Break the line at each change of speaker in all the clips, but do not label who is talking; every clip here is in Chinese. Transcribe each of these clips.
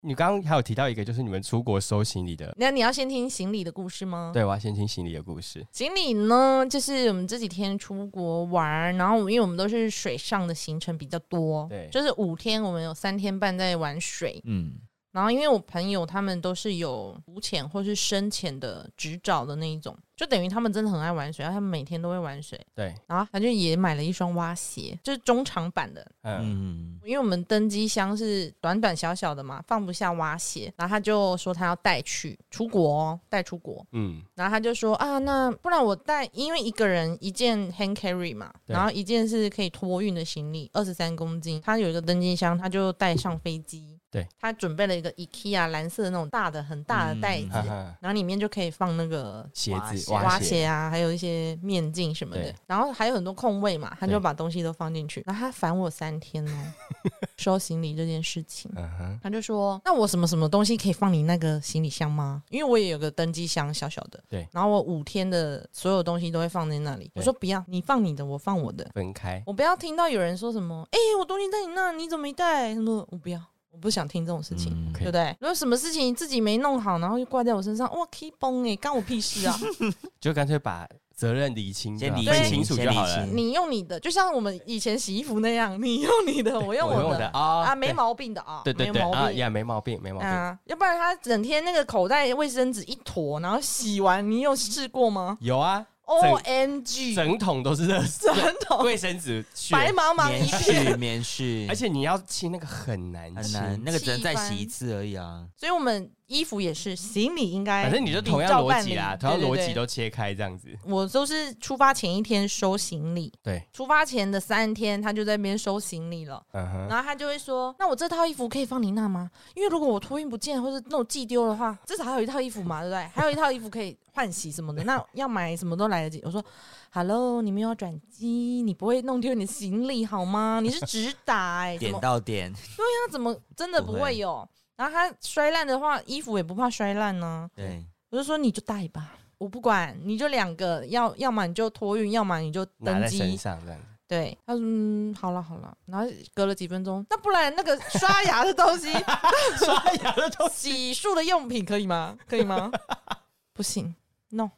你刚刚还有提到一个，就是你们出国收行李的，
那你要先听行李的故事吗？
对，我要先听行李的故事。
行李呢，就是我们这几天出国玩，然后因为我们都是水上的行程比较多，
对
就是五天，我们有三天半在玩水。
嗯，
然后因为我朋友他们都是有浮潜或是深潜的执照的那一种，就等于他们真的很爱玩水，然后他们每天都会玩水。
对，
然后他就也买了一双蛙鞋，就是中长版的，
嗯，
嗯，
因为我们登机箱是短短小小的嘛，放不下蛙鞋，然后他就说他要带去出国哦、带出国。
嗯，
然后他就说啊，那不然我带，因为一个人一件 hand carry 嘛，
对
然后一件是可以托运的行李，二十三公斤，他有一个登机箱，他就带上飞机。
对，
他准备了一个 IKEA 蓝色的那种大的很大的袋子，
嗯哈哈，
然后里面就可以放那个
鞋子
蛙
蛙
蛙
鞋啊，还有一些面镜什么的
对，
然后还有很多空位嘛，他
对
就把东西都放进去。然后他烦我三天哦， 收行李这件事情。
嗯哼，
他就说：“那我什么什么东西可以放你那个行李箱吗？因为我也有个登机箱，小小的。
对
然后我五天的所有东西都会放在那里。我
对
说不要，你放你的，我放我的。
分开，
我不要听到有人说什么，哎、我东西在你那，你怎么没带？什么？我不要，我不想听这种事情。
嗯
OK
对不对？如果什么事情自己没弄好，然后又怪在我身上，哇，K 崩哎，干我屁事 啊！
就干脆把责任理清，对
先
吧
理
清
分清楚
先
就好
理
了
清。
你用你的，就像我们以前洗衣服那样，你用你的，我用
我用
我
我
的
的啊
啊，没，毛病的啊，
对对
没
对
有毛
啊，
病
呀，没毛病，没毛病。
啊，要不然他整天那个口袋卫生纸一坨，然后洗完，你有试过吗
有啊，
？O M G，
整桶都是热水，
整桶
卫生纸屑，
嗯白茫茫
棉
一片。
絮棉絮，
而且你要清那个很难
很
清，
难，那个只能再
气翻
洗一次而已啊。
所以我们衣服也是，行李应该
反正你就同样逻辑啦，
比
同
照
样
办理
逻
对
辑
对对
都切开这样子。
我都是出发前一天收行李，
对，
出发前的三天他就在那边收行李了。
嗯哼，
然后他就会说：“那我这套衣服可以放你那吗？因为如果我托运不见或者那我寄丢的话，至少还有一套衣服嘛，对不 对？还有一套衣服可以换洗什么的，那要买什么都来得及。”我说：“Hello，你没有要转机，你不会弄丢你的行李好吗？你是直达 哎、怎
点
么
到点，
那怎么真的不
不
会
会
有？然后他摔烂的话，衣服也不怕摔烂呢、
对，
我就说你就带吧，我不管，你就两个，要要么你就托运，要么你就
拿
登
在身
机。
上这样子。
对，他说嗯，好了好了，然后隔了几分钟，那不然那个刷牙的东西、
刷牙的东西，
洗漱的用品可以吗？可以吗？ 不行，no。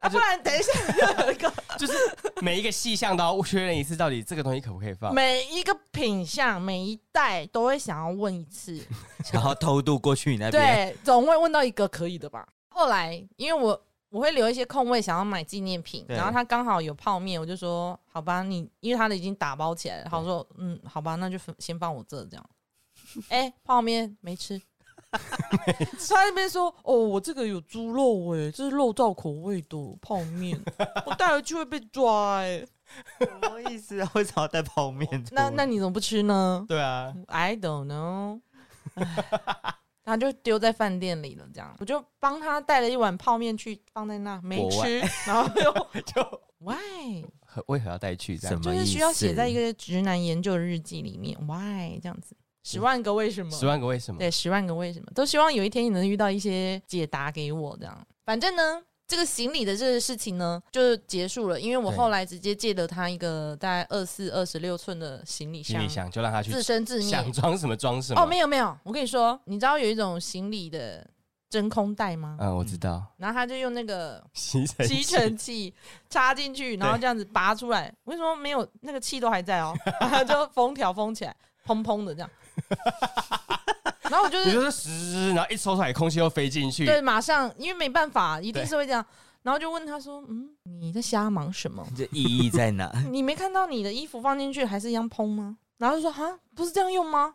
啊，不然等一下，有一个
就是每一个细项都要 确认一次，到底这个东西可不可以 放。
每一个品相、每一代都会想要问一次，
想要偷渡过去你那边，
对，总会问到一个可以的吧。后来因为我我会留一些空位，想要买纪念品，
对
然后他刚好有泡面，我就说好吧，你因为他的已经打包起来了，他说嗯，好吧，那就分先放我这这样。 哎、泡面没 吃。他在那边说：“哦，我这个有猪肉哎、这是肉燥口味的泡 面，我带回去会被抓哎、
什么意思啊？为什么要带泡面出门？
哦那那你怎么不吃呢？
对啊，
I don't know 。他就丢在饭店里了，这样我就帮他带了一碗泡面去放在那，没
国外
吃，然后又
就
why
何为何要带去这样
什
子？
就
么意思
是需要写在一个直男研究日记里面，why 这样子，十万个为什么，
嗯十万个为什么？
对，十万个为什么，都希望有一天你能遇到一些解答给我，这样，反正呢。这个行李的这个事情呢，就结束了，因为我
对
后来直接借了他一个大概二四、二十六寸的行李
行
箱
李，箱就让他去
自生自灭，
想装什么装什么。
哦，没有没有，我跟你说，你知道有一种行李的真空袋吗？
嗯，我知道。
然后他就用那个
吸尘
吸尘器插进去，然后
对
这样子拔出来。我跟你说，没有那个气都 还在哦，然后就封条封起来，砰砰的这样。然后我就
你
是
就是嘶，然后一抽出来，空气又飞进去。
对，马上因为没办法，一定
对
是会这样。然后就问他说：“嗯，你在瞎忙 什么？
这意义在哪？
你没看到你的衣服放进去还是一样蓬吗？”然后就说：“哈，不是这样 用吗？”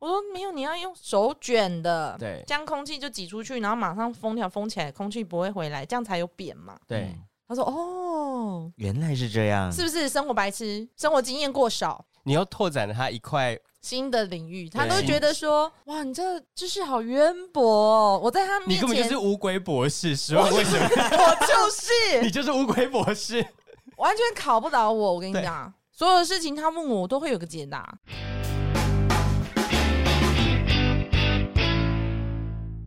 我说：“没有，你要用手卷的。”
对
将空气就挤出去，然后马上封条封起来，空气不会回来，这样才有扁嘛。
对
嗯，
他说：“哦，
原来是这样，
是不是生活白痴，生活经验过少？
你又拓展了他一块，
新的领域，他
对
都觉得说，哇，你这知识好渊博、哦。我在他
你
面
根本就
前，
是乌龟博士，十万为什么？
我就
你
是
就是乌龟博士。
完全考不倒我。我跟你
对
讲，所有的事情他问我，我都会有个解答。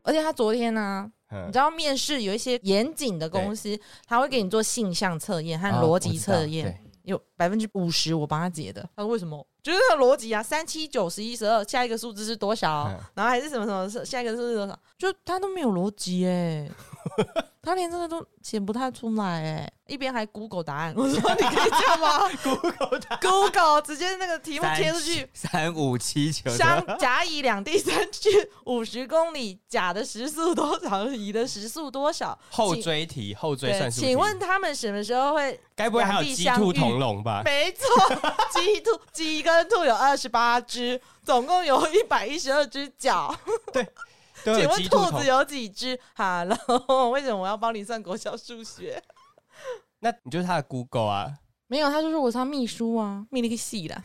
而且他昨天啊呢、你
嗯
知道面试有一些严谨的公司，他会给你做性向测验和
啊
逻
我
辑
知道
测验，
对
有百分之五十我帮他解的。他说为什么？就是那个逻辑啊，三七九十一十二，下一个数字是多少？
嗯
然后还是什么什么，下一个数字是多少？就他都没有逻辑哎， 他连这个都解不太出来哎，一边还 Google 答案。我说你可以这样吗
Google 的，
？Google 直接那个题目贴出去，
三五七九
相甲乙两地三区五十公里，甲的时速多少，乙的时速多少？
后
请
追题，后追
对，
算术题。
请问他们什么时候会？
该不会还有鸡兔同笼吧？
没 错，鸡兔鸡跟兔有二十八只，总共有一百一十二只脚。
都
请
有
问
鸡兔
兔
同
子。有几只？Hello，为什么我要帮你算国小数学？
那你就是他的 Google 啊，
没有，他就说我是他秘书啊，秘了个戏啦。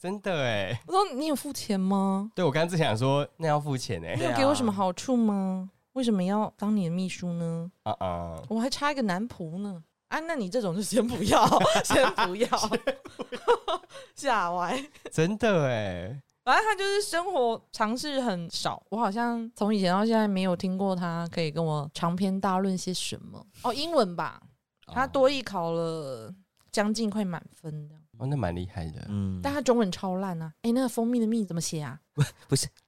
真的哎。
我说你有付钱吗？
对我刚刚只想说，那要付钱哎。
你
对
有
啊
给我什么好处吗？为什么要当你的秘书呢？
啊啊，
我还差一个男仆呢。啊，那你这种就先不 要，先不要， 吓歪。
真的哎。
反正他就是生活尝试很少，我好像从以前到现在没有听过他可以跟我长篇大论些什么。哦，英文吧，他
哦
多艺考了将近快满分这样，
哦，那蛮厉害的。
嗯，
但他中文超烂啊！哎、那个蜂蜜的蜜怎么写啊？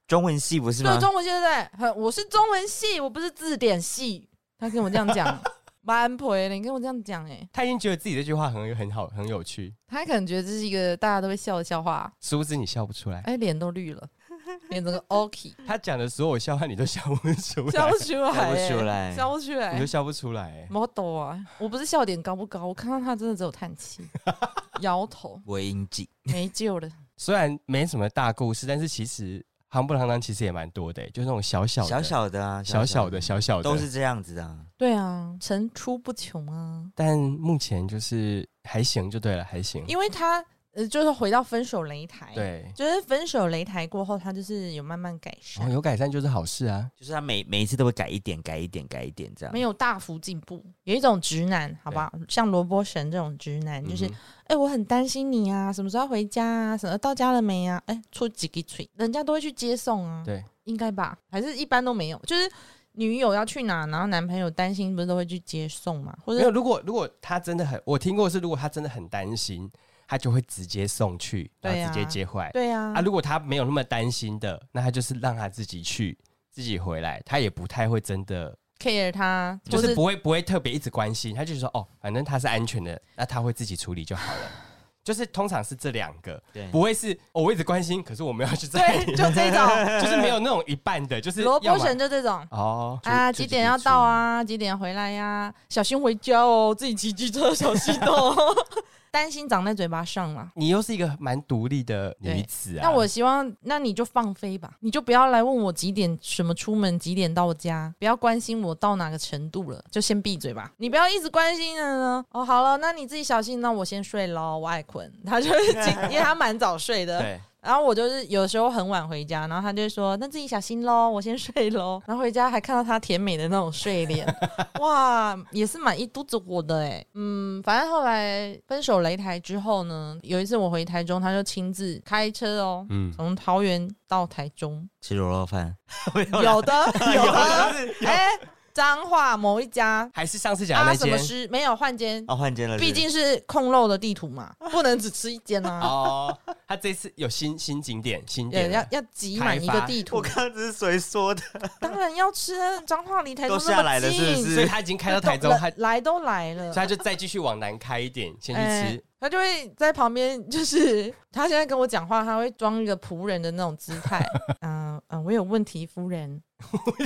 中文系不是吗
对，？中文系对不对？很，我是中文系，我不是字典系。他跟我这样讲，蛮赔的，你跟我这样讲、哎，
他已经觉得自己这句话很很好，很有趣，
他可能觉得这是一个大家都会笑的笑话、
殊不知你笑不出来。
哎，脸都绿了，脸整个 OK，
他讲的所有笑话你都笑不出来，
笑不出来、
笑不
哎
出来
笑不出
你都
来。
笑不出来欸。
model 啊，我不是笑点高不高，我看到他真的只有 叹气，摇头，
我音记
没救了。
虽然没什么大故事，但是其实行不行当其实也蛮多的欸，就那种小小的
小小的啊，
小小的小小的，
都是这样子的啊。
对啊，层出不穷啊，
但目前就是还行就对了，还行。
因为他呃，就是回到分手擂台，，
对，
就是分手擂台过后，他就是啊有慢慢改善，
哦，有改善就是好事啊。
就是他每每一次都会改一点，改一点，改一点这样。
没有大幅进步，有一种直男，好不好？像萝卜神这种直男，就
嗯
是
哼
哎、我很担心你啊，什么时候要回家啊？什么到家了没啊？哎、出几个嘴，人家都会去接送啊。
对，
应该吧？还是一般都没有，就是女友要去哪，然后男朋友担心，不是都会去接送嘛？或
没有。
者
如果如果他真的很，我听过是，如果他真的很担心，他就会直接送去，然
对
后
啊
直接接回来。
对啊，
啊，如果他没有那么担心的，那他就是让他自己去，自己回来，他也不太会真的，
care 他，
就
或
是不会不会特别一直关心，他就是说哦，反正他是安全的，那他会自己处理就好 了。就是通常是这两个，
对，
不会是、哦、我一直关心，可是我们要去在
对，
意，
就这种
就是没有那种一半的，就是
萝
要
卜
么
神就这种。
哦
啊，几点要到？啊？几点回来呀、小心回家哦，自己骑机车小心 哦。担心长在嘴巴上嘛。
你又是一个蛮独立的女
对
子啊。
那我希望，那你就放飞吧，你就不要来问我几点什么出门，几点到家，不要关心我到哪个程度了，就先闭嘴吧。你不要一直关心了呢。哦，好了，那你自己小心，那我先睡喽，我爱困。他就是今，因为他蛮早睡的，
对，
然后我就是有时候很晚回家，然后他就会说，那自己小心喽，我先睡喽。然后回家还看到他甜美的那种睡脸，哇，也是蛮一肚子火的哎。嗯，反正后来分手擂台之后呢，有一次我回台中，他就亲自开车哦。
嗯，
从桃园到台中，
吃卤肉饭，
有的有的，
是
哎，彰化某一家
还是上次讲的
啊
那
什么
间
师没有换间，
哦，换间了是不
毕
是，
竟是控肉的地图嘛，不能只吃一间啊，
哦，他这次有新新景点，新
对，
点
要
了
要挤满一
开
个
发
地图，
我刚刚只是谁说的？
当然要吃啊彰化离台中
都
那
下来
么
了
近，
是不是
所以他已经开到台中，
都
他
来来都来了
所以，他就再继续往南开一点，先去
哎
吃。
他就会在旁边，就是他现在跟我讲话，他会装一个仆人的那种姿 态，嗯嗯、我有问题，夫人，
美登美
马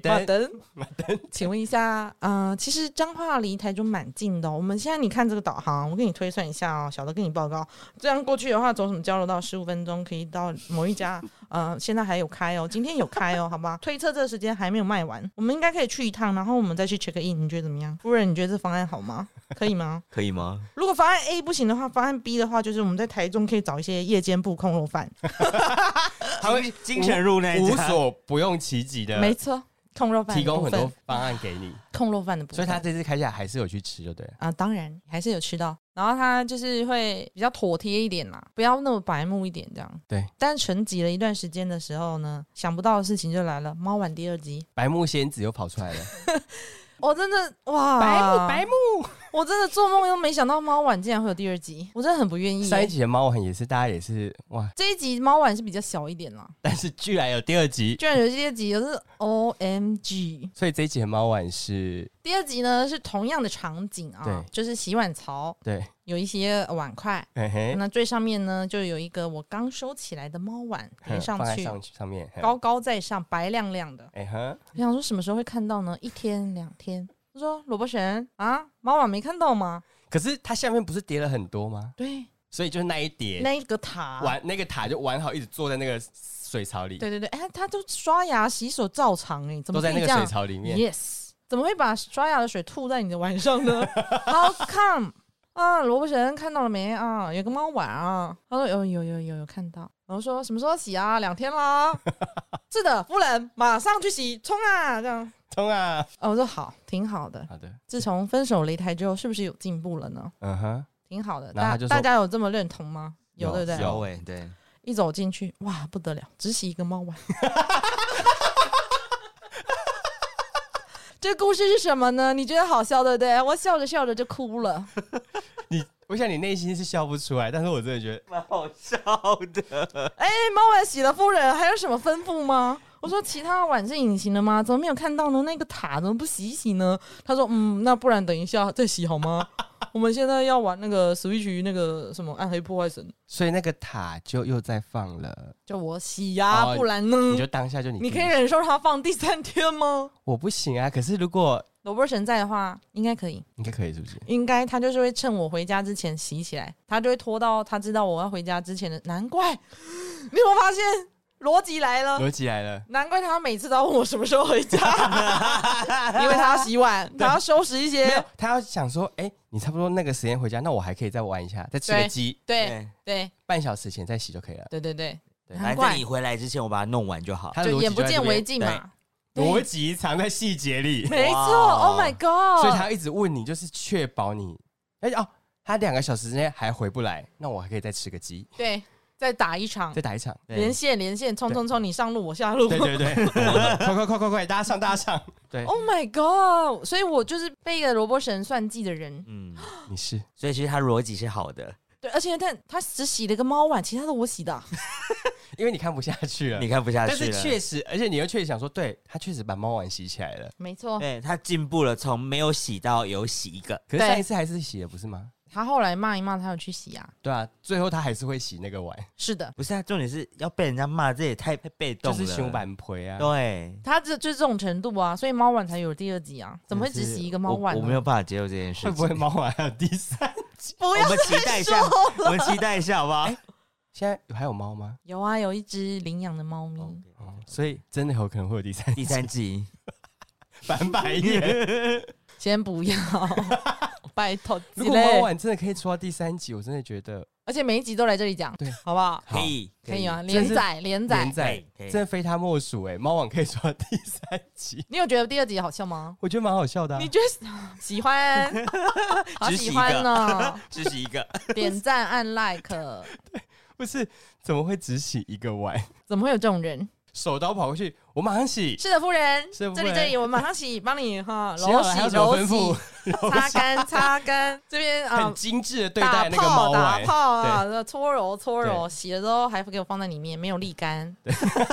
登，
哎 登， 请问一下，嗯、其实彰化离台中蛮近的哦、我们现在你看这个导航，我给你推算一下哦，小的跟你报告，这样过去的话，走什么交流道十五分钟可以到某一家，呃，现在还有开哦，今天有开哦， 好吧？推测这个时间还没有卖完，我们应该可以去一趟，然后我们再去 check in，你觉得怎么样？夫人，你觉得这方案好吗？可以吗？
可以吗？
如果方案 A 不行的话，方案 B 的话，就是我们在台中可以找一些夜间部控肉饭，
他会
金城路那一
无
家，
所不用其极的
没错，控肉饭的
提供
部
很
分
多方案给你，
控肉饭的部
所以
分，
他这次开下来还是有去吃，就对了。
啊，当然还是有吃到。然后他就是会比较妥帖一点嘛，不要那么白目一点这样。
对。
但沉寂了一段时间的时候呢，想不到的事情就来了，《猫碗》第二集。
白木仙子又跑出来了，
我真的哇，
白目白目。
我真的做梦都没想到猫碗竟然会有第二集，我真的很不愿意
上一
耶。
集的猫很也是，大家也是哇，
这一集猫碗是比较小一点啦，
但是居然有第二集，
居然有这一集，就是 O M G。
所以这一集的猫碗是
第二集呢是同样的场景啊
对，
就是洗碗槽
对，嗯
有一些呃碗筷，
嘿嘿，
那最上面呢就有一个我刚收起来的猫碗叠
哼
上
嗯放在
去，
上去上面，哼嗯
高高在上，白亮亮的。
哎哼，
我想说什么时候会看到呢？一天两天。他说：“萝卜神啊，猫碗没看到吗
可是它下面不是叠了很多吗？”？
对，
所以就是那一叠
那一个塔，
玩那个塔就玩好，一直坐在那个水槽里，
对对对，哎、他都刷牙、洗手照常哎、怎
都
么可
在
以
那
这
个
样
水槽里面。
？Yes，怎么会把刷牙的水吐在你的碗 上呢？How come？啊，萝卜神看到了没啊？有个猫碗啊，他说有有有有有看到，然后说什么时候洗啊？两天 啦。是的，夫人，马上去洗，冲啊！这样，
通啊，
哦，我说好，挺好的。
好的，
自从分手擂台之后，是不是有进步了呢？
嗯哼，
挺好的，
然后
大
他就说
大家有这么认同吗？有
有
对不对？
有哎，对，
一走进去，哇，不得了，只洗一个猫碗。 这故事是什么呢？你觉得好笑对不对？我笑着笑着就哭了。
你我想你内心是笑不出来，但是我真的觉得
蛮好笑的。
哎，猫碗洗了夫人，还有什么吩咐吗？我说其他碗是隐形的吗？怎么没有看到呢？那个塔怎么不洗一洗呢？他说嗯，那不然等一下再洗好吗？我们现在要玩那个 Switch 那个什么暗黑破坏神，
所以那个塔就又在放了，
叫我洗呀、
哦
不然呢？
你就当下就你
你可以忍受他放第三 天吗？
我不行啊。可是如果
萝卜神在的话，应该可以。
应该可以，是不是？
应该他就是会趁我回家之前洗起来，他就会拖到他知道我要回家之前的。难怪， 你有没有发现逻辑来了？
逻辑来了，
难怪他每次都要问我什么时候 回家，因为他要洗碗，他要收拾一
没
些
有，，他要想说，哎，你差不多那个时间回家，那我还可以再玩一下，再吃
对
个鸡，
对，对
半小时前再洗就可以了。
对对对，
对，
难
反
怪
正你回来之前我把它弄完就好。
他的
就
逻辑
眼不
在
见
这边
为净嘛，
对逻
对
辑藏在细节 里，
没错
哇
，Oh my
所以
God，
他一直问你，就是确保你，哎哦，他两个小时之内还回不来，那我还可以再吃个鸡，
对，再打一场
再打一场。
连线连线，冲冲冲，你上路我下路
对对对， 快快快快快，大家上大家上。对，
，Oh my God，所以我就是被一个萝卜神算计的人。
嗯，
你是
所以其实它逻辑是好的，
对，而且但他只洗了一个猫碗，其他的我洗的啊、
因为你看不下去了
你，看不下
但
去
是
了。
确实，而且你又确实想说，对他确实把猫碗洗起来了。
没错。
对，它进步了，从没有洗到有洗一个。
可是上一次还是洗了，不是吗？
他后来骂一骂，他有去洗啊。
对啊，最后他还是会洗那个碗，
是的，
不是啊，重点是要被人家骂，这也太太被动
就
了。
是熊板培啊。
对，
他这就是这种程度啊，所以猫碗才有第二集啊。怎么会只洗一个猫碗
我？
呢？
我没有办法接受这件事
会
情。
不会猫碗还有第三？
不
我
要
们期待
再
一
说
下，
了。哎
我们期待一下，好不好？
现在有还有猫吗？
有啊，有一只领养的猫咪。
哦，所以真的有可能会有第三
第三季，
翻白 眼。
先不要， 拜托之
如果猫
类。
碗真的可以出到第三集，我真的觉得
而且每一集都来这里讲，
对
好不好？
好
可以，
可以啊，
以这
连
是
载连载
连。载
可以
真的非他莫属哎，猫碗可以出到第三集，
你有觉得第二集好笑吗？
我觉得蛮好笑的啊。
你觉得喜欢？好
只
喜
洗一
欢哦呢，
只洗一个，
点赞按 like。
不是怎么会只洗一个碗？
怎么会有这种人？
手刀跑过去，我马上洗。
是的，夫人，
是的夫
这里
人
这里，我马上洗，帮你哈，
洗
揉
好了还
洗
有什
揉
么吩
洗，
咐？
擦干擦干，这边啊
很。精致的对
打
待那个
泡
猫
打
碗，
泡啊，搓揉搓揉，
对
洗了之后还给我放在里面，没有沥干。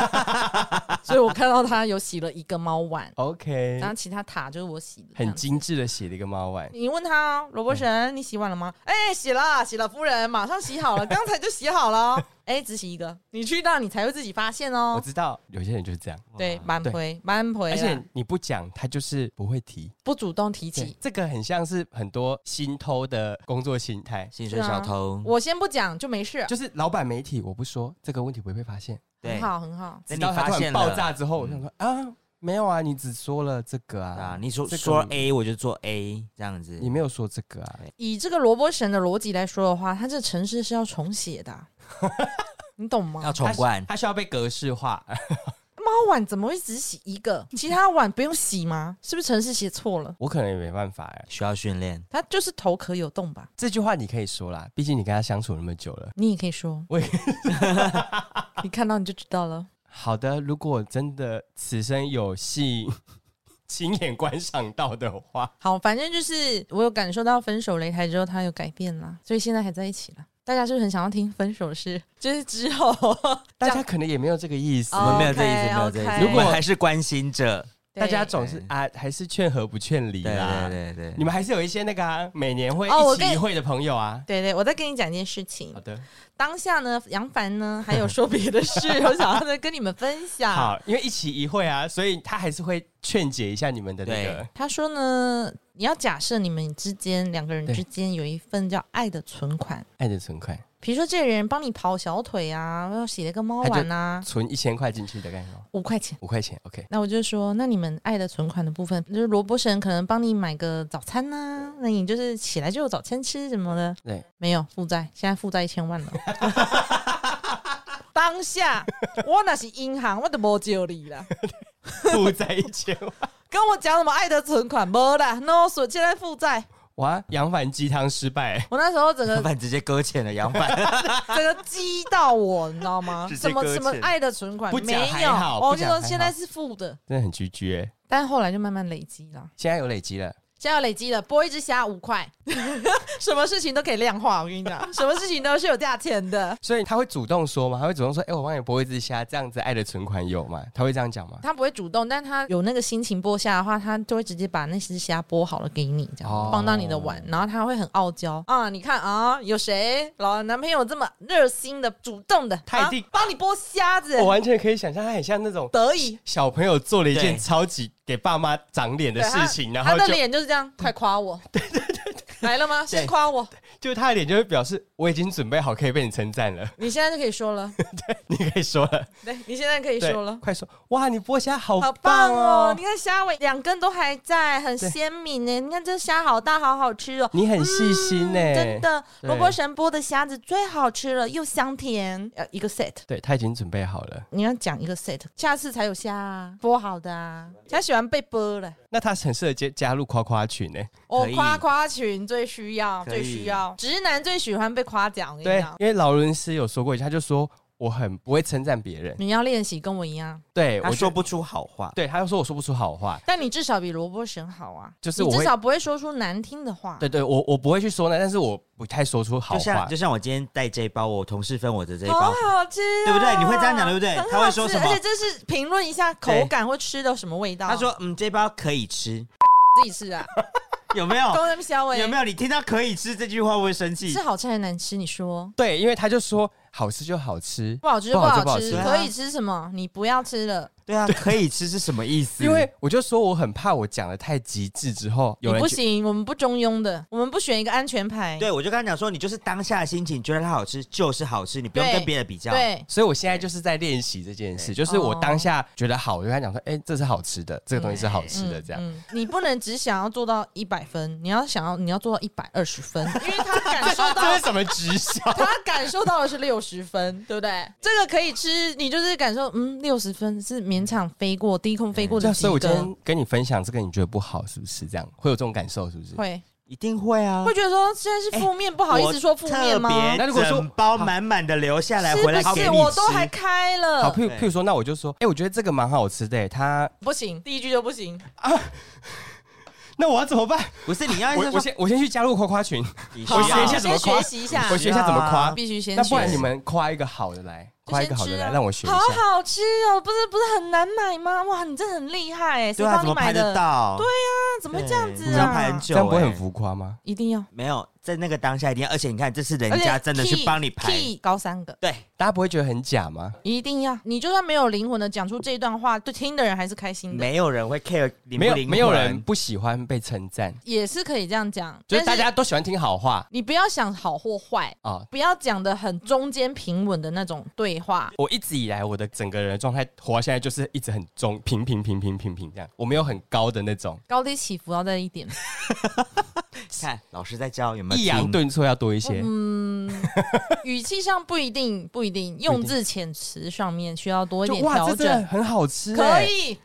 所以我看到他有洗了一个猫碗，
OK，
然后其他塔就是我洗的，这
很
样子。
精致的洗了一个猫碗。
你问他哦，萝卜神，你洗碗 了吗？哎，洗了，洗了，夫人，马上洗好了，刚才就洗好了 哦。哎，只洗一个，你去那你才会自己发现
我
哦。
知道有些人就是这样，
对，
哇
满回满回，
而且你不讲，他就是不会提
啊不主动提起
对。这个很像是很多新偷的工作心态，
薪水小偷，
我先不讲就没事，
嗯就是老板媒体我不说这个问题不会被发现，
很
对
好很好。
等
直
你
到他
发
突
现
然
了
爆炸之后，我
嗯
想说啊，没有啊，你只说了这个
啊
啊，，
你说
这个
说 A 我就做 A 这样子
你，没有说这个啊，
以这个萝卜神的逻辑来说的话，他这城市是要重写的 啊、你懂吗
要？重灌，
他需要被格式 化，
猫碗怎么会只洗一个？其他碗不用洗吗？是不是城市写错了？
我可能也没办法哎。
需要训练。
他就是头壳有洞吧？
这句话你可以说啦，毕竟你跟他相处那么久了。
你也可以说，
我也
你看到你就知道了。
好的，如果真的此生有幸亲眼观赏到的话，
好，反正就是我有感受到分手擂台之后，他有改变啦，所以现在还在一起了。大家是不是很想要听分手事？就是之后
大家可能也没有这个意思。
我们没有这意思，没有这意
OK，OK
思，如果还是关心着，
大家总
对
是啊，还是劝和不劝离
对
啦。
对对对，
你们还是有一些那个啊，每年会
哦我
一
跟嗯
起一会的朋友啊。
对对，我再跟你讲一件事情
好。的，
当下呢，杨凡呢还有说别 的事，我想要再跟你们分享。
好，因为一起一会啊，所以他还是会劝解一下你们的那个
对。
他说呢，你要假设你们之间两个人
对
之间有一份叫爱的存款，
爱的存款，
比如说这个人帮你刨小腿啊，然后洗了个猫
他
碗
就
啊，
存一千块进去的概念哦，
五块钱。
五块钱，OK。
那我就说，那你们爱的存款的部分，就是罗伯神可能帮你买个早餐呐、那你就是起来就有早餐吃什么的。
对，
没有负债，现在负债一千万了。 当下我那是银行，我都没救你了。
负债一千万。
跟我讲什么爱的存款，没啦，no，所现在负债。
哇，杨凡鸡汤失败，
我那时候整 个
老板直接搁浅了，杨板
整个激到我，你知道吗？
直接
什么
搁
什么
浅
爱的存款
不
没
讲还
有，
好
哦
不
就
讲
说
还
现
好
在是负的，
真的很居居欸。
但后来就慢慢累积了。
现在有累积了，
现在有累积了，剥一只虾五块， 什么事情都可以量化。我跟你讲，什么事情都是有价钱的。
所以他会主动说吗？他会主动说：“哎、我帮你剥一只虾，这样子爱的存款有吗？”他会这样讲吗？
他不会主动，但他有那个心情剥虾的话，他就会直接把那只虾剥好了给你，这样、
哦
放到你的碗，然后他会很傲娇啊！你看啊，有谁老男朋友这么热心的、主动的，
他一定
啊帮你剥虾子，
我完全可以想象，他很像那种
得意。
小朋友做了一件
对
超级给爸妈长脸的
对
事情，
他
然后
他的
就
脸就是这样，快 夸我，对对对，来了吗？先夸我，
就他的脸就会表示我已经准备好可以被你称赞了，
你现在就可以说了，
你可以说了，
对你现在可以
对
说了。
快说！哇，你剥虾好
好
棒
棒哦！
哦
你，看虾尾两根都还在，很
对
鲜明呢。你看这虾好大，好好吃哦。
你很细心欸呢、
嗯真的，
对
萝卜神剥的虾子最好吃了，又香甜。呃，一个 set，
对他已经准备好了。
你要讲一个 set，下次才有虾啊，剥好的啊。他喜欢被剥了。
那他很适合加加入夸夸群欸呢、
哦
可，以
夸夸群最需要，
可以
最需要，直男最喜欢被夸奖。我跟
对
你讲，，
因为劳伦斯有说过一句，他就说我很不会称赞别人，
你要练习跟我一样，
对
他
我
说
说，
不出好话，
对他又说我说不出好话，
但你至少比萝卜神好啊，
就是
你
我
至
会
少不会说出难听的话。
对对，我我不会去说那，但是我不太说出好
就
啊
像
话
就，像我今天带这一包，我同事分我的这一
好
包，
好吃、哦，
对不对你会这样讲对不对
很好吃
他会说什么
而且这是评论一下口感或吃的什么味道。
他说嗯，这包可以吃，
自己吃 啊，
有没有？
都那么香味，
有没有？你听到可以吃这句话会不会生气
是？好吃还是难吃？你说
对，因为他就说好吃就好吃，
不好吃就
不好吃
好吃，
不
好吃
可以吃什么？你不要吃了，
对啊，可以吃是什么意思？
因为我就说我很怕我讲的太极致之后，有
你
人
不
就
行，我们不中庸的，我们不选一个安全牌。
对我就跟他讲说，你就是当下的心情觉得它好吃就是好吃，你不用
对
跟别人比较。
对
所以我现在就是在练习这件事，就是
哦
我当下觉得好，我就跟他讲说，哎、这是好吃的，这个东西是好吃的，这样。
嗯，嗯你不能只想要做到一百分，你要想要你要做到一百二十分， 因为他感受到
这是什么直销？
他感受到的是六十分，对不对？这个可以吃，你就是感受，嗯，六十分是勉强飞过、低空飞过的
对啊
及
所以我今
格。
天跟你分享这个，你觉得不好是不是？这样会有这种感受是不是？
会
一定会啊。
会觉得说现在是负面，不好意思说负面吗？
我特别
那如果说
整包满满的留下来
是
回来
不
给
是？
你
我都
吃
还开
好，
了
譬，如
对
譬如说，那我就说，哎、我觉得这个蛮好吃的、哎它
不行，第一句就不行。
那我要怎么办？
不是你要
我我
说
先我先去加入夸夸群，
你
我
说
好
学一下
你
怎么
先
夸
学习一下
我，学一下怎么夸。
必须先学。
啊那不然你们夸一个好的来，
就
夸一
先
个好的
吃啊
来，让我学一
好
下。
好吃哦，不是不是很难买吗？哇，你这很厉害哎，谁
对啊，
帮
怎
你
么
买
拍
的？
得
啊，
到？
对怎么会这样
你
子
要排很
啊？
这
久，
样不会很
欸
浮夸吗？
一定要，
没有在那个当下一定要，而且你看，这是人
而且
家真的
key-
是帮你排，
key 高三个。
对，
大家不会觉得很假吗？
一定要，你就算没有灵魂的讲出这一段话，对听的人还是开心的，
没有人会 care 灵
没
不
有
灵
没有
魂
人不喜欢被称赞，
也是可以这样讲。
就是大
但
家都喜欢听好话
你不要想好或坏，
啊、
不要讲的很中间平稳的那种对话。
我一直以来我的整个人的状态活到现在就是一直很中平平平平平平这样，我没有很高的那种，
高低起伏要在一点，
看老师在教有没有
抑扬
听
顿挫要多一些。
嗯，语气上不一定不一定，用字遣词上面需要多一
就
点
哇，
调
这真的
整，
很好吃、欸
可，以，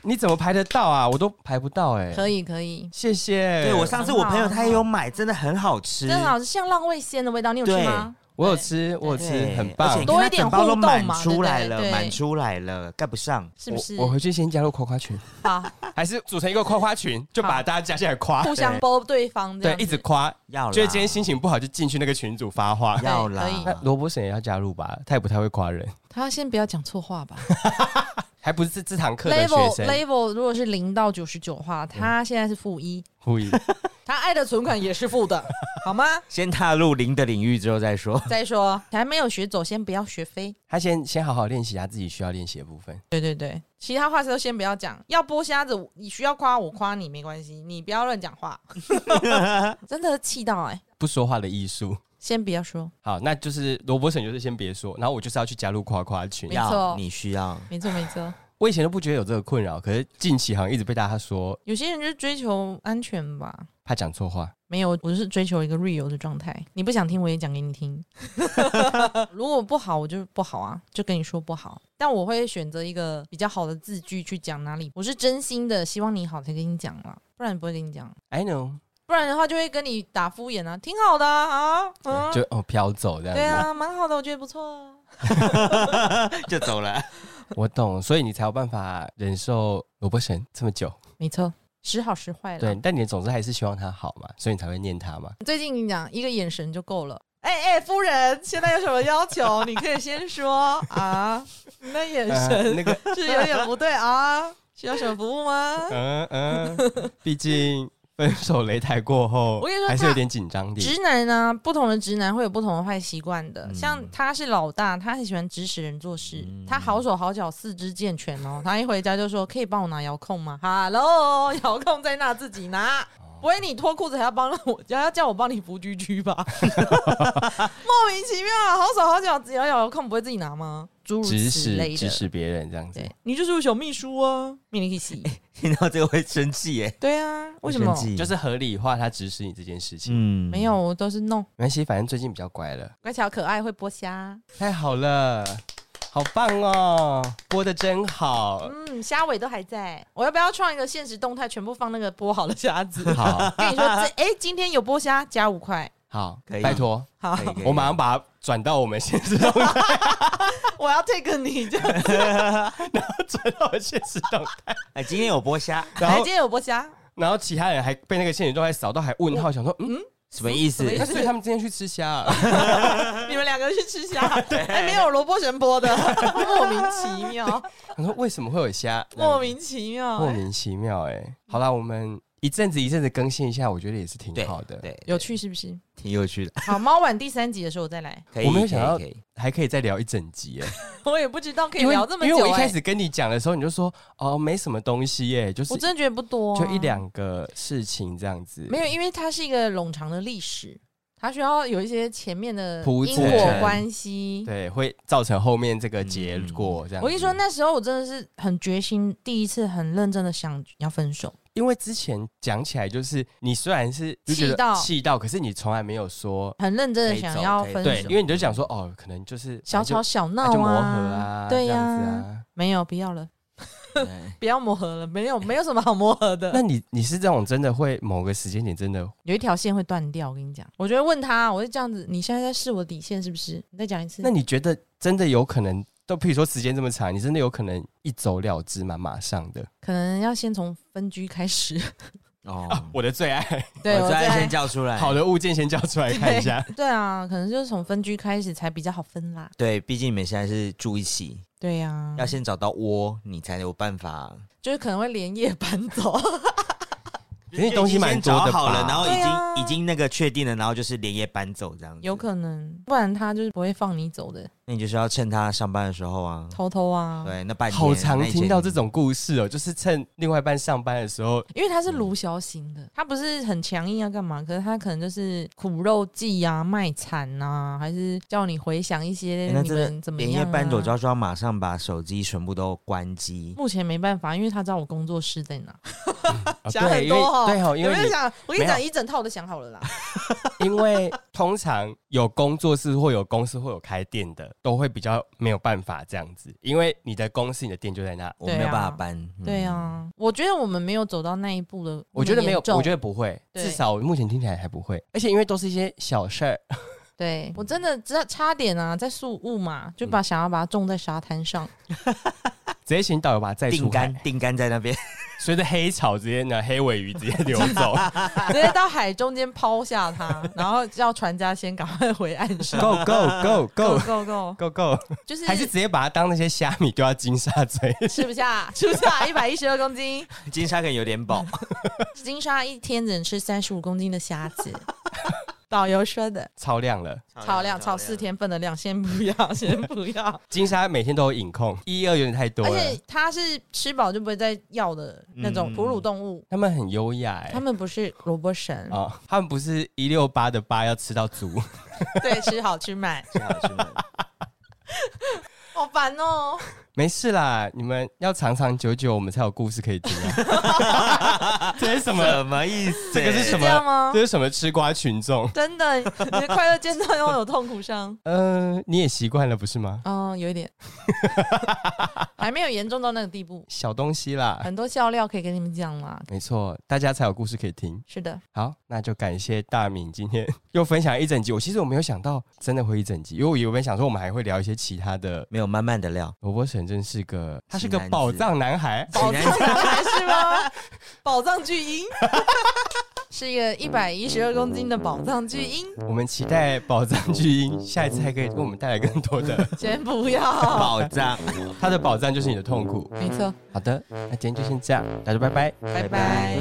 你怎么排得到啊？我都排不到哎、
可以，可以，
谢谢。
对我上次我朋友他也有买，真的很好吃，
啊真的好像浪味仙的味道，你有吃
对
吗？
我有吃，我有吃，
对
很
而且
棒
你看。
多一
它
点
整包
互
都
动
满
嘛对
出
不
来
对
了，
对
满出来了，盖不上。
是不是？
我？我回去先加入夸夸群，
好，
还是组成一个夸夸群，就把
好
大家加起来夸。
互相包对方这
啊对
样，子，
一直夸，
要啦
就是今天心情不好就进去那个群组发话。
对
要
可 以
那
啦，
罗伯森也要加入吧？他也不太会夸人，
他先不要讲错话吧。
还不是这堂课的学
level
生。
level 如果是零到九十九的话，他现在是负一，
故意
他爱的存款也是负的，好吗？
先踏入零的领域之后再说。
再说还没有学走，先不要学飞。
他先先好好练习他自己需要练习的部分。
对对对，其他话都先不要讲。要剥虾子，你需要夸我夸你没关系，你不要乱讲话。 真的气到哎、
不说话的艺术。
先不要说，
好，那就是罗伯森就是先别说，然后我就是要去加入夸夸群
没。错
要你 需要，
没错没错。
我以前都不觉得有这个困扰，可是近期好像一直被大家说
有些人就是追求安全吧。
怕讲错话。
没有，我是追求一个 real 的状态。你不想听，我也讲给你听。 如果不好，我就不好啊，就跟你说不好。但我会选择一个比较好的字句去讲哪里，我是真心的，希望你好才跟你讲啦，不然不会跟你讲。
I know，、
不然的话就会跟你打敷衍啊，挺好的啊，啊，嗯
就哦飘走这样子。
对啊，蛮好的，我觉得不错啊。
就走了。
我懂，所以你才有办法忍受罗伯森这么久。
没错，时好时坏了。
对，但你总是还是希望他好嘛，所以你才会念他嘛。
最近你讲一个眼神就够了。哎、哎、夫人，现在有什么要求？你可以先说啊。 你那眼
呃
神
那个，
是有点不对啊，需要什么服务 吗？
嗯嗯，毕竟分手擂台过后，
我跟你说
还是
他
有点紧张的。
直男呢、不同的直男会有不同的坏习惯的。
嗯
像他是老大，他很喜欢指使人做事，
嗯
他好手好脚，四肢健全哦。他一回家就说：“可以帮我拿遥控吗？”Hello，遥控在那自己拿。
哦
不会，你脱裤子还要帮我，还要叫我帮你扶居居吧？ 莫名其妙，好手好脚，只要遥控不会自己拿吗？诸如
指
此类
使指
的，
使别人这样子，
对你就是我小秘书啊，命令可以 洗。
听到这个会生气耶，
对啊，为什么
会？生气
就是合理化他指使你这件事情。
嗯
没有，我都是弄
没关系，反正最近比较乖了，
乖巧可爱，会剥虾。
太好了，好棒哦，播的真好。
嗯，虾尾都还在。我要不要创一个现实动态，全部放那个剥好的虾 子？
好
跟你说，这哎、今天有剥虾，加五块。
好，
可以
拜托，
好，
可以可以
我马上把它转到我们现实动态，
我要 take 你这样。
转到我们现实动态，
哎，今天有剥虾，
然
哎
后
今天有剥虾，
然后其他人还被那个现实动态扫到，还问号，想说，嗯，
什么意思
什么？意
那
思
是因为他们今天去吃虾啊、
你们两个去吃虾， 哎、没有萝卜神剥的， 莫名其妙，
他说为什么会有虾？
莫名其妙、
莫名其妙哎、好啦，我们一阵子一阵子更新一下，我觉得也是挺
对，
好的。
对，
有趣是不是？
挺有趣的，
好，猫碗第三集的时候我再来，
可以。
我没有想到
可以可以
还可以再聊一整集 哎、
我也不知道可以
因为
聊这么
因
久、
为我一开
哎
始跟你讲的时候，你就说哦没什么东西耶、就是
我真的觉得不多啊、
就一两个事情这样子。
没有，因为它是一个冗长的历史，它需要有一些前面的
铺
因
陈
果关系。
对，会造成后面这个结果这样子。
嗯我跟你说，那时候我真的是很决心，第一次很认真的想要分手。
因为之前讲起来就是你虽然是就觉得
气到
气到，可是你从来没有说
很认真的想要分
对，
手
因，为你就想说哦，可能就是
小吵
就
小
那
闹啊
就磨合啊，
对
这
呀、
样子啊。
没有不要了，
对
不要磨合了， 没有没有什么好磨合的。
那你你是这种真的会某个时间点真的
有一条线会断掉，我跟你讲，我就会问他，我就这样子，你现在在试我底线是不是？你再讲一次
那，你觉得真的有可能？都譬如说时间这么长，你真的有可能一走了之吗？马上的，
可能要先从分居 开始。
哦，
我的最爱，
对，
我
我
最爱
在
先叫出来。
好，的物件先交出来看一下。
对啊，可能就是从分居开始才比较好分啦。
对，毕竟你们现在是住一起，
对呀、啊，
要先找到窝，你才有办法。
就是可能会连夜搬 走。
可是你东西蛮多的吧
已经先找好了，然后已
对
经、
啊
已经那个确定了，然后就是连夜搬走这样子。
有可能，不然他就是不会放你走的，
那你就是要趁他上班的时候啊。
偷偷啊。，
对，那半天
好常听到这，
那一天
种故事哦，就是趁另外一半上班的时 候，
因为他是卢小型的，他不是很强硬要干嘛，可是他可能就是苦肉计啊、卖惨啊，还是叫你回想一些
哎那
你
真
们
的
怎么
连
样、
夜
啊。
搬走之后，就要马上把手机全部都关机。
目前没办法，因为他知道我工作室在哪，
啊
想很
对，因为
多哦
对哦，因
有
为
没有想？我跟
没有
你讲，一整套我都想好了啦。
你因为通常有工作室或有公司或有开店的，都会比较没有办法这样子，因为你的公司你的店就在那。
我没有
对啊
办法搬。嗯
对，啊，我觉得我们没有走到那一步的，
我觉得没有，我觉
得
得不会，
对
至少目前听起来还不会，而且因为都是一些小事儿，
对我真的只差点啊，在宿雾嘛，就
嗯
把想要把它种在沙 滩上，
直接请导游把它载
定
出
干
海，
定干在那边，
随着黑草直接拿黑尾鱼直接流 走，
直接到海中间抛下它，然后叫船家先赶快回岸 上。
Go go go
Go
go
go go！
go go，
就是
还是直接把它当那些虾米丢到金沙嘴？
吃不下，吃不下一百一十二公斤。
金沙可能有点饱，
金沙一天只能吃三十五公斤的虾子，导游说的。
超量了。
炒量炒四，天份的量，先不要，先不 要。
金沙每天都有饮控，一二有点太多
而
了。
且它是吃饱就不会再要的那种
嗯
哺乳动物，
他们很优雅哎、
它们不是萝卜神，
哦，他们不是一六八的八要吃到足，
对，吃好吃满，
吃好吃满
好烦哦。
没事啦，你们要长长久久，我们才有故事可以听啊。 这是什么？
什么意思？
这个是什
是这样
么
吗？
这是什么吃瓜群众？
真的，你的快乐见到拥有痛 苦伤，
呃，你也习惯了不是吗？
嗯，有一点，还没有严重到那个地步。
小东西啦，
很多笑料可以给你们讲啦。
没错，大家才有故事可以听。
是的，
好，那就感谢大敏今天 又分享一整集。我其实我没有想到真的会一整集，因为我原本想说我们还会聊一些其他的。
没有慢慢的料，
罗伯神真是个，他是个
奇男子
宝藏男孩，
宝
显然
藏男孩是吗？ 宝藏巨婴 是一个一百一十二公斤的宝藏巨婴，
我们期待宝藏巨婴下一次还可以为我们带来更多的。
先不要，
宝藏，
他的宝藏就是你的痛苦。
没错，
好的，那今天就先这样，大家拜拜。
拜拜